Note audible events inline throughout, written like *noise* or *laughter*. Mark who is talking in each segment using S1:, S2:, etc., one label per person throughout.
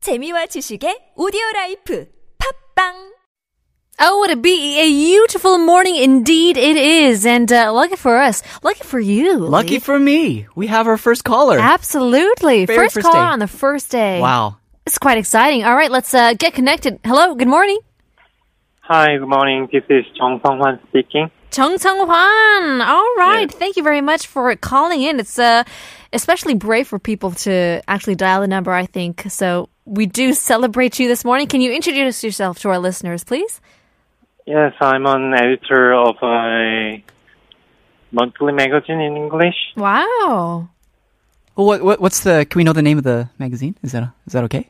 S1: 재미와 지식의 오디오 라이프 팝빵
S2: Oh, what a be a beautiful morning indeed it is, and uh, lucky for us, lucky for you, Lee.
S3: Lucky for me, we have our first caller.
S2: absolutely
S3: Very
S2: first
S3: first
S2: caller
S3: day.
S2: on the first day.
S3: Wow.
S2: it's quite exciting. All right, let's uh, get connected. Hello, good morning,
S4: Hi, good morning. This is Chong Song Hwan speaking.
S2: Chung Sung Hwan. All right, thank you very much for calling in. It's uh, especially brave for people to actually dial the number. I think so. We do celebrate you this morning. Can you introduce yourself to our listeners, please?
S4: Yes, I'm an editor of a monthly magazine in English.
S2: Wow.
S3: Well, what, what what's the? Can we know the name of the magazine? Is that is that okay?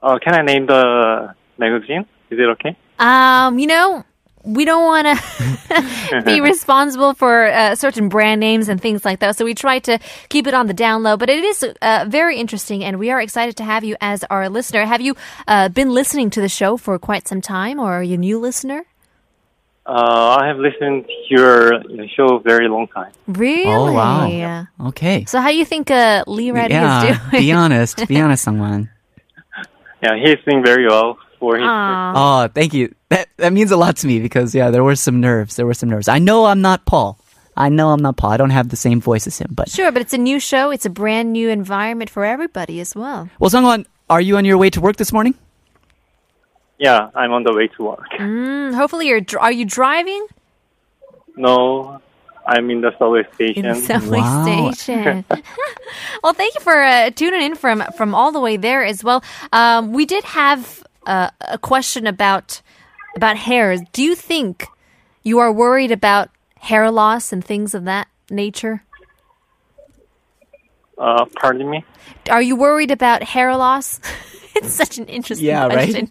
S4: Uh, can I name the magazine? Is it okay?
S2: Um, you know, we don't want to *laughs* be responsible for uh, certain brand names and things like that. So we try to keep it on the down low. But it is uh, very interesting, and we are excited to have you as our listener. Have you uh, been listening to the show for quite some time, or are you a new listener?
S4: Uh, I have listened to your show very long time.
S2: Really?
S3: Oh wow. Okay.
S2: So how you think uh, Lee Reddy is
S3: yeah.
S2: *laughs* doing?
S3: Be honest. Be honest, someone.
S4: Yeah, he's doing very well for his.
S2: Aw.
S3: Oh, thank you. That that means a lot to me because yeah, there were some nerves. There were some nerves. I know I'm not Paul. I know I'm not Paul. I don't have the same voice as him. But
S2: Sure, but it's a new show. It's a brand new environment for everybody as well.
S3: well, Sungwon, are you on your way to work this morning?
S4: Yeah, I'm on the way to work.
S2: Mm, hopefully, you're dr- are you driving?
S4: No, I'm in the subway
S2: in
S4: station.
S2: the *laughs* subway
S3: Wow.
S2: station. *laughs* well, thank you for uh, tuning in from from all the way there as well. Um, we did have uh, a question about about hairs. Do you think you are worried about hair loss and things of that nature?
S4: Uh, pardon me.
S2: Are you worried about hair loss? *laughs* it's such an interesting
S3: Yeah, right?
S2: question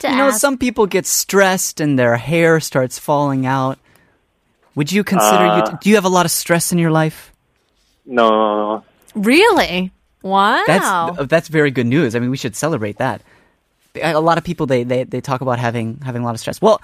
S2: to
S3: You know,
S2: ask.
S3: some people get stressed and their hair starts falling out. Would you consider you? Do you have a lot of stress in your life?
S4: No,
S2: really? Wow.
S3: That's uh, that's very good news. I mean, we should celebrate that. A lot of people they they, they talk about having having a lot of stress. Well,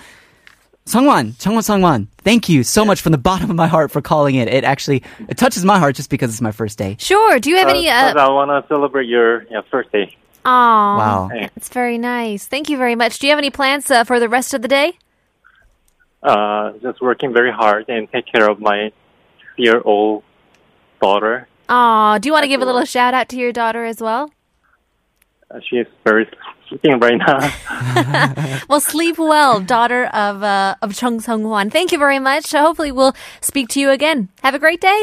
S3: Sungwan, Sungwan, Sungwan, thank you so much from the bottom of my heart for calling in. It actually it touches my heart just because it's my first day.
S2: sure. Do you have
S4: uh,
S2: any?
S4: but
S2: Uh,
S4: I want to celebrate your yeah, first day.
S2: aw,
S3: Wow.
S2: It's very nice. Thank you very much. Do you have any plans uh, for the rest of the day?
S4: uh, just working very hard and take care of my year old daughter.
S2: Aw, do you want to give a little shout out to your daughter as well?
S4: Uh, she is very sleeping right now. *laughs*
S2: Well, sleep well, daughter of uh, of Chung Sung Hwan. Thank you very much. Hopefully, we'll speak to you again. Have a great day.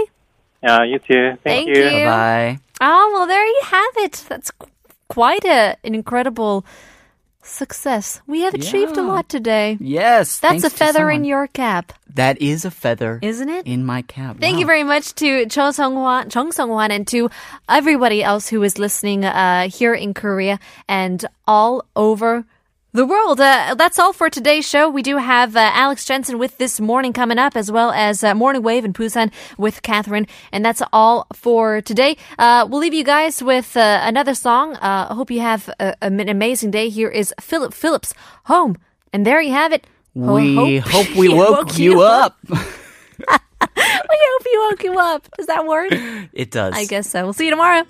S4: Yeah, you too.
S2: Thank
S4: Thank,
S2: you.
S3: Bye.
S2: Oh well, there you have it. That's qu- quite a, an incredible success. We have achieved a
S3: Yeah.
S2: lot today.
S3: Yes,
S2: That's
S3: thanks
S2: a
S3: to
S2: feather in
S3: Sungwan.
S2: your cap,
S3: That is a feather,
S2: isn't it?
S3: in my cap.
S2: Thank you
S3: Wow.
S2: very much to Cho Sung Hwan, Chung Sung Hwan, and to everybody else who is listening uh, here in Korea and all over the world. Uh, that's all for today's show. We do have uh, Alex Jensen with this morning coming up, as well as uh, Morning Wave in Busan with Catherine. And that's all for today. Uh, we'll leave you guys with uh, another song. Uh, I hope you have a, a- an amazing day. Here is Philip Phillips, Home. And there you have it. Ho-
S3: We hope,
S2: *laughs* he
S3: we woke, you up.
S2: We hope you woke you up. Does that work?
S3: *laughs* it does.
S2: I guess so. We'll see you tomorrow.